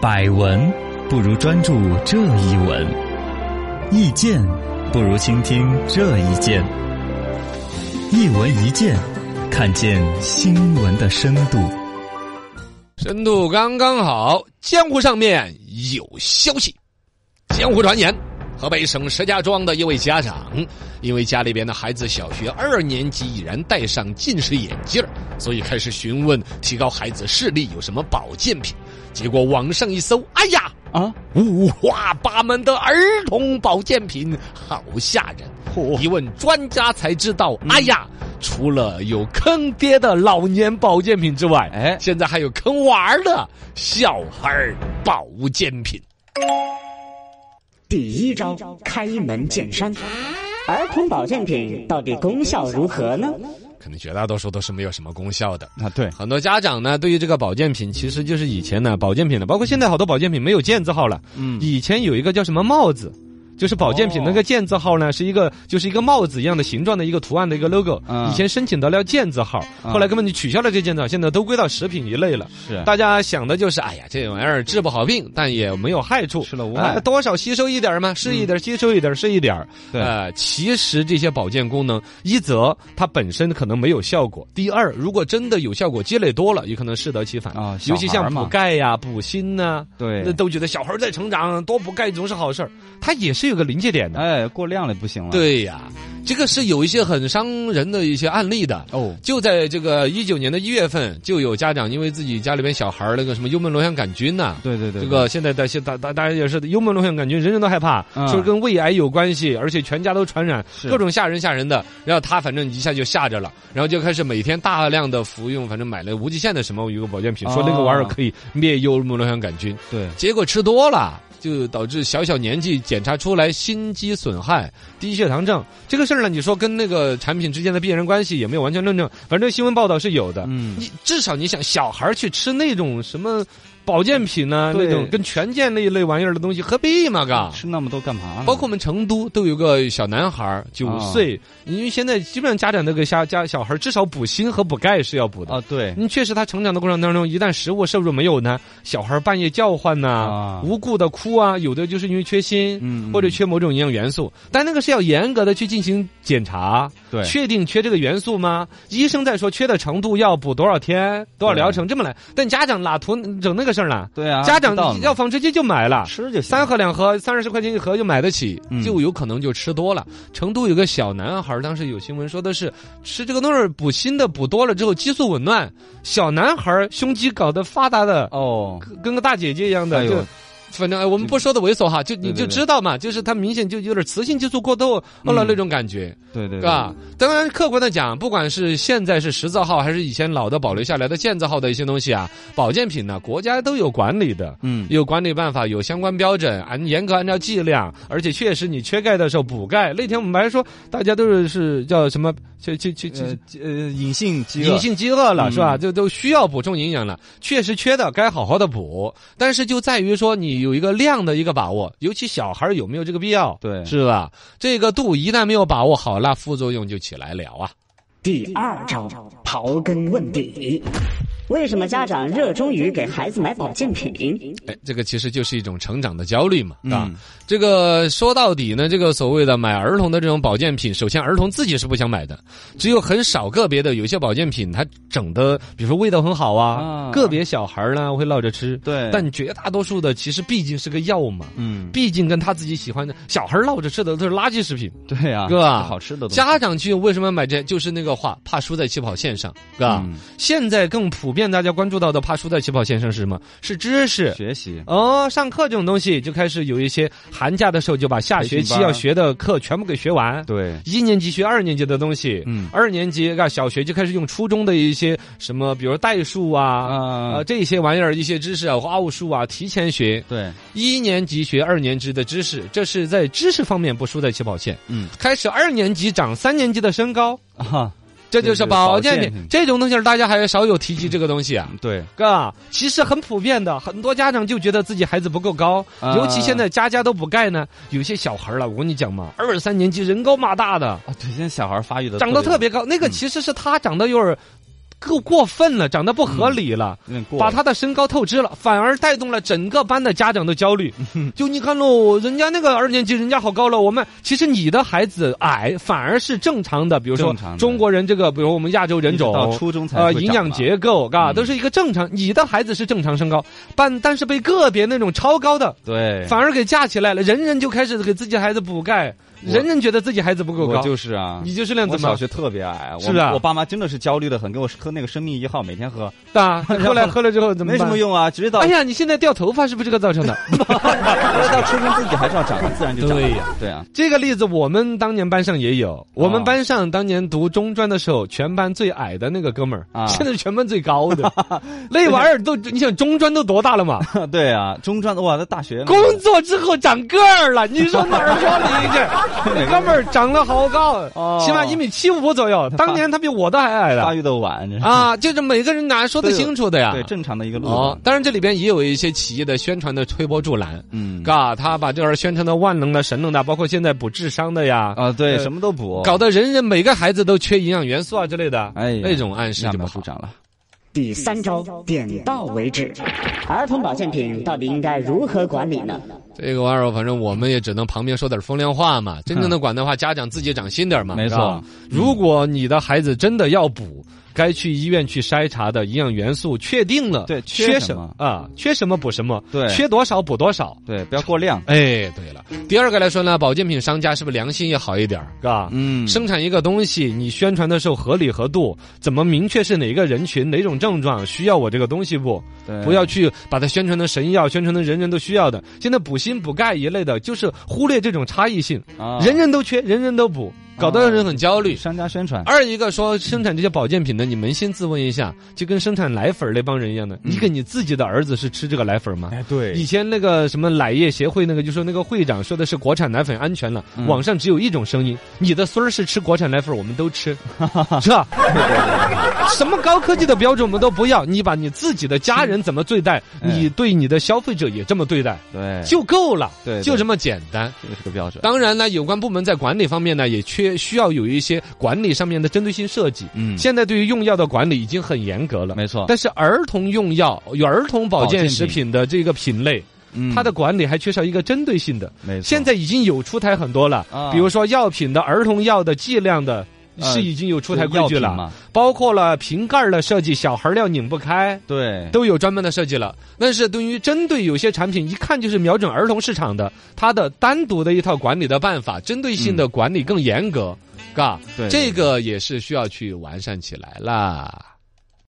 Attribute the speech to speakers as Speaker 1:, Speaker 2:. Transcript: Speaker 1: 百闻不如专注这一闻，意见不如倾听这一见。一闻一见，看见新闻的深度。
Speaker 2: 深度刚刚好，江湖上面有消息，江湖传言，河北省石家庄的一位家长，因为家里边的孩子小学二年级已然戴上近视眼镜儿，所以开始询问提高孩子视力有什么保健品，结果网上一搜，哎呀，
Speaker 1: 啊，
Speaker 2: 五花八门的儿童保健品，好吓人！一问专家才知道，
Speaker 1: 嗯
Speaker 2: 哎呀，除了有坑爹的老年保健品之外，
Speaker 1: 哎
Speaker 2: 现在还有坑娃儿的小孩儿保健品。
Speaker 3: 第一招开门见山，儿童保健品到底功效如何呢？
Speaker 2: 可能绝大多数都是没有什么功效的。
Speaker 1: 啊对，
Speaker 2: 很多家长呢，对于这个保健品，其实就是以前呢，保健品的，包括现在好多保健品没有健字号了。
Speaker 1: 嗯哦
Speaker 2: 以前有一个叫什么帽子，就是保健品那个健字号呢，是一个就是一个帽子一样的形状的一个图案的一个 logo
Speaker 1: 嗯。
Speaker 2: 以前申请得了健字号，
Speaker 1: 嗯
Speaker 2: 后来根本就取消了这健字号，现在都归到食品一类了。
Speaker 1: 是
Speaker 2: 大家想的就是，哎呀，这玩意儿治不好病，但也没有害处，
Speaker 1: 吃了无害嗯
Speaker 2: 哎多少吸收一点儿嘛，是一点儿，吸收一点儿，是一点儿。
Speaker 1: 对
Speaker 2: 呃，其实这些保健功能，一则它本身可能没有效果，第二，如果真的有效果，积累多了，也可能适得其反
Speaker 1: 啊小
Speaker 2: 尤其
Speaker 1: 孩
Speaker 2: 像
Speaker 1: 嘛
Speaker 2: 补钙呀、补锌呐、
Speaker 1: 对
Speaker 2: 那都觉得小孩儿在成长，多补钙总是好事儿，它也是有个临界点的。
Speaker 1: 哎，过量了不行了。，
Speaker 2: 对呀，这个是有一些很伤人的一些案例的。
Speaker 1: 哦，
Speaker 2: 就在这个一九年的一月份，就有家长因为自己家里边小孩儿那个什么幽门螺旋杆菌呐、
Speaker 1: 对对对，
Speaker 2: 这个现在大现大大大家也是幽门螺旋杆菌，人人都害怕，
Speaker 1: 嗯
Speaker 2: 说跟胃癌有关系，而且全家都传染，
Speaker 1: 是
Speaker 2: 各种吓人吓人的。然后他反正一下就吓着了，然后就开始每天大量的服用，反正买了无极限的什么一个保健品，说那个玩意儿
Speaker 1: 哦
Speaker 2: 可以灭幽门螺旋杆菌，
Speaker 1: 对，
Speaker 2: 结果吃多了。就导致小小年纪检查出来心肌损害、低血糖症这个事儿呢，你说跟那个产品之间的必然关系也没有完全论证，反正新闻报道是有的。
Speaker 1: 嗯，
Speaker 2: 你至少你想小孩儿去吃那种什么保健品呢、
Speaker 1: 对
Speaker 2: 那种跟权健那一类玩意儿的东西，何必嘛？嘎。
Speaker 1: 吃那么多干嘛呢？
Speaker 2: 啊包括我们成都都有个小男孩儿，九
Speaker 1: 啊
Speaker 2: 岁，因为现在基本上家长都给家家小孩儿至少补锌和补钙是要补的。
Speaker 1: 啊，对，
Speaker 2: 你确实，他成长的过程当中，一旦食物摄入没有呢，小孩儿半夜叫唤呐、
Speaker 1: 啊
Speaker 2: 无故的哭啊，有的就是因为缺锌，
Speaker 1: 嗯
Speaker 2: 或者缺某种营养元素，但那个是要严格的去进行检查，
Speaker 1: 对
Speaker 2: 确定缺这个元素吗？医生在说缺的程度要补多少天、多少疗程这么来，但家长哪图整那个事儿呢？
Speaker 1: 对啊，
Speaker 2: 家长
Speaker 1: 知道呢
Speaker 2: 要房直接就买了。
Speaker 1: 吃就行
Speaker 2: 三盒两盒，三十块钱一盒就买得起
Speaker 1: 嗯，
Speaker 2: 就有可能就吃多了。成都有个小男孩儿，当时有新闻说的是吃这个东西儿补锌的补多了之后激素紊乱，小男孩儿胸肌搞得发达的，
Speaker 1: 哦，
Speaker 2: 跟跟个大姐姐一样
Speaker 1: 哎
Speaker 2: 的，
Speaker 1: 呦
Speaker 2: 就反正哎我们不说的猥琐哈，就
Speaker 1: 对
Speaker 2: 你
Speaker 1: 对
Speaker 2: 就
Speaker 1: 对
Speaker 2: 知道嘛，就是他明显就有点雌性激素过多了
Speaker 1: 嗯
Speaker 2: 那种感觉，
Speaker 1: 对对
Speaker 2: 是
Speaker 1: 对
Speaker 2: 吧？当然，客观的讲，不管是现在是十字号，还是以前老的保留下来的健字号的一些东西啊，保健品呢，国家都有管理的。
Speaker 1: 嗯，
Speaker 2: 有管理办法，有相关标准，按严格按照剂量，而且确实你缺钙的时候补钙。那天我们还说，大家都是是叫什么？去去去去
Speaker 1: 呃，呃，隐性饥饿，
Speaker 2: 隐性饥饿了是吧？
Speaker 1: 嗯
Speaker 2: 就都需要补充营养了，确实缺的该好好的补，但是就在于说你有一个量的一个把握，尤其小孩儿有没有这个必要，
Speaker 1: 对
Speaker 2: 是吧？这个度一旦没有把握好，那副作用就起来了啊。
Speaker 3: 第二招刨根问底，为什么家长热衷于给孩子买保健品？
Speaker 2: 哎，这个其实就是一种成长的焦虑嘛，
Speaker 1: 嗯
Speaker 2: 啊、这个说到底呢，这个所谓的买儿童的这种保健品，首先儿童自己是不想买的，只有很少个别的有一些保健品，它整的，比如说味道很好啊，
Speaker 1: 啊
Speaker 2: 个别小孩儿呢会闹着吃，
Speaker 1: 对
Speaker 2: 但绝大多数的其实毕竟是个药嘛，
Speaker 1: 嗯，
Speaker 2: 毕竟跟他自己喜欢的小孩儿闹着吃的都是垃圾食品，
Speaker 1: 对啊，
Speaker 2: 哥啊
Speaker 1: 是好吃的东西，
Speaker 2: 家长去为什么买这？就是那个话，怕输在起跑线上，哥。
Speaker 1: 嗯
Speaker 2: 现在更普遍大家关注到的怕输在起跑线上是什么？是知识。
Speaker 1: 学习，
Speaker 2: 哦，上课这种东西就开始有一些寒假的时候就把下学期
Speaker 1: 培训班
Speaker 2: 要学的课全部给学完。
Speaker 1: 对，
Speaker 2: 一年级学二年级的东西，
Speaker 1: 嗯
Speaker 2: 二年级啊小学就开始用初中的一些什么，比如代数啊。
Speaker 1: 啊
Speaker 2: 啊，，这些玩意儿、一些知识啊、或奥数啊，提前学。
Speaker 1: 对，
Speaker 2: 一年级学二年级的知识，这是在知识方面不输在起跑线。
Speaker 1: 嗯，
Speaker 2: 开始二年级长三年级的身高，
Speaker 1: 啊，
Speaker 2: 这就是保健
Speaker 1: 这就是保健嗯
Speaker 2: 品
Speaker 1: 品。
Speaker 2: 这种东西儿大家还少有提及这个东西啊。
Speaker 1: 对，
Speaker 2: 哥，其实很普遍的，很多家长就觉得自己孩子不够高，
Speaker 1: 啊
Speaker 2: 尤其现在家家都补钙呢。有些小孩儿了，我跟你讲嘛，二三年级人高马大的，
Speaker 1: 啊，对，现在小孩发育的
Speaker 2: 长得特
Speaker 1: 别
Speaker 2: 别高，那个其实是他长得有点儿够过分了，长得不
Speaker 1: 嗯
Speaker 2: 合理了。
Speaker 1: 有点过了
Speaker 2: 把他的身高透支了，反而带动了整个班的家长的焦虑。
Speaker 1: 嗯
Speaker 2: 就你看喽，人家那个二年级，人家好高了，我们其实你的孩子矮，反而是正常的。比如说
Speaker 1: 正常的
Speaker 2: 中国人这个，比如我们亚洲人种，
Speaker 1: 一直到初中才
Speaker 2: 呃
Speaker 1: 会
Speaker 2: 营
Speaker 1: 长
Speaker 2: 养
Speaker 1: 吧
Speaker 2: 结构，嘎、
Speaker 1: 嗯
Speaker 2: 都是一个正常。你的孩子是正常身高，但但是被个别那种超高的
Speaker 1: 对，
Speaker 2: 反而给架起来了，人人就开始给自己孩子补钙，
Speaker 1: 我
Speaker 2: 人人觉得自己孩子不够
Speaker 1: 我
Speaker 2: 高。
Speaker 1: 就是啊，
Speaker 2: 你就是那样子
Speaker 1: 我小
Speaker 2: 吗？
Speaker 1: 学特别矮，我
Speaker 2: 是不是啊
Speaker 1: 我爸妈真的是焦虑的很，给我喝那个生命一号，每天喝，
Speaker 2: 大 后来喝了之后怎么
Speaker 1: 没
Speaker 2: 办
Speaker 1: 什么？用啊，直到
Speaker 2: 哎 呀，你现在掉头发是不是这个造成的？
Speaker 1: 直到初中自己还是要长，自然就长。
Speaker 4: 对
Speaker 1: 呀，对啊，
Speaker 2: 这个例子我们当年班上也有。我们班上当年读中专的时候，全班最矮的那个哥们儿，
Speaker 1: 啊
Speaker 2: 现在是全班最高 的。那玩意儿都，你想中专都多大了嘛？
Speaker 1: 对啊，中专哇，在大学
Speaker 2: 工啊作之后长个儿 了，你说哪儿说理去？那哥们儿长得好高啊
Speaker 1: 哦，
Speaker 2: 起码一米七五左 右。当年他比我都还矮
Speaker 1: 发
Speaker 2: 了
Speaker 1: 育的 晚，这是
Speaker 2: 啊！就是每个人哪说得清楚的呀？
Speaker 1: 对正常的一个路。
Speaker 4: 哦，当然这里边也有一些企业的宣传的推波助澜，
Speaker 1: 嗯
Speaker 2: 嘎，他把这玩意儿宣传的万能的、神能的，包括现在补智商的呀，
Speaker 1: 啊，对，
Speaker 2: 呃
Speaker 1: 什么都补，
Speaker 4: 搞得人人每个孩子都缺营养元素啊之类的，
Speaker 1: 哎呀
Speaker 4: 那种暗示
Speaker 1: 揠
Speaker 4: 就不
Speaker 1: 苗
Speaker 4: 好
Speaker 1: 助。长了。
Speaker 3: 第三招，点到为止。儿童保健品到底应该如何管理呢？
Speaker 4: 这个玩意儿，反正我们也只能旁边说点风凉话嘛。真正的管的话，家长自己长心点儿
Speaker 2: 啊
Speaker 4: 嘛。
Speaker 1: 没错嗯
Speaker 4: 是吧，
Speaker 2: 如果你的孩子真的要补，该去医院去筛查的营养元素确定了，
Speaker 1: 对缺
Speaker 2: 缺
Speaker 1: 什
Speaker 2: 么啊？缺什么补什么，
Speaker 1: 对
Speaker 2: 缺多少补多少，
Speaker 1: 对，不要过量。
Speaker 4: 哎，对了，第二个来说呢，保健品商家是不是良心也好一点儿？
Speaker 2: 嘎。
Speaker 1: 嗯
Speaker 2: 生产一个东西，你宣传的时候合理合度，怎么明确是哪个人群、哪种症状需要我这个东西不？不要去把它宣传成神药，宣传成人人都需要的。现在补锌、补钙一类的，就是忽略这种差异性，
Speaker 1: 啊
Speaker 2: 人人都缺，人人都补，搞得让人很焦虑。
Speaker 1: 商家宣传，
Speaker 4: 二一个说
Speaker 2: 说生产这些保健品的，你扪心自问一下，就跟生产奶粉儿那帮人一样的，你给你自己的儿子是吃这个奶粉儿吗？
Speaker 1: 哎，对
Speaker 2: 以前那个什么奶业协会那个就说那个会长说的是国产奶粉安全了，
Speaker 1: 嗯
Speaker 2: 网上只有一种声音，你的孙儿是吃国产奶粉，我们都 吃，是吧？什么高科技的标准我们都不要，你把你自己的家人怎么对待，
Speaker 1: 嗯
Speaker 2: 你对你的消费者也这么对待
Speaker 1: 对，
Speaker 2: 就够了，
Speaker 1: 哎对对
Speaker 2: 就这么简单。
Speaker 1: 这个是个标准。
Speaker 4: 当然呢，有关部门在管理方面呢，也缺需要有一些管理上面的针对性设计。
Speaker 1: 嗯
Speaker 2: 现在对于用药的管理已经很严格了，
Speaker 1: 没错，
Speaker 2: 但是儿童用药、有儿童保
Speaker 1: 保健
Speaker 2: 健
Speaker 1: 品
Speaker 2: 食品的这个品类，
Speaker 1: 嗯
Speaker 2: 它的管理还缺少一个针对性的。
Speaker 1: 没错。
Speaker 2: 现在已经有出台很多了
Speaker 1: 啊，
Speaker 2: 比如说药品的儿童药的剂量的。
Speaker 1: 呃
Speaker 2: 是已经有出台规矩
Speaker 1: 药
Speaker 2: 了
Speaker 1: 品嘛，
Speaker 2: 包括了瓶盖儿的设计，小孩儿要拧不开，
Speaker 1: 对
Speaker 2: 都有专门的设计了。但是对于针对有些产品，一看就是瞄准儿童市场的，它的单独的一套管理的办法，针对性的管理更严格，嘎、
Speaker 1: 嗯对
Speaker 4: 这个也是需要去完善起来啦。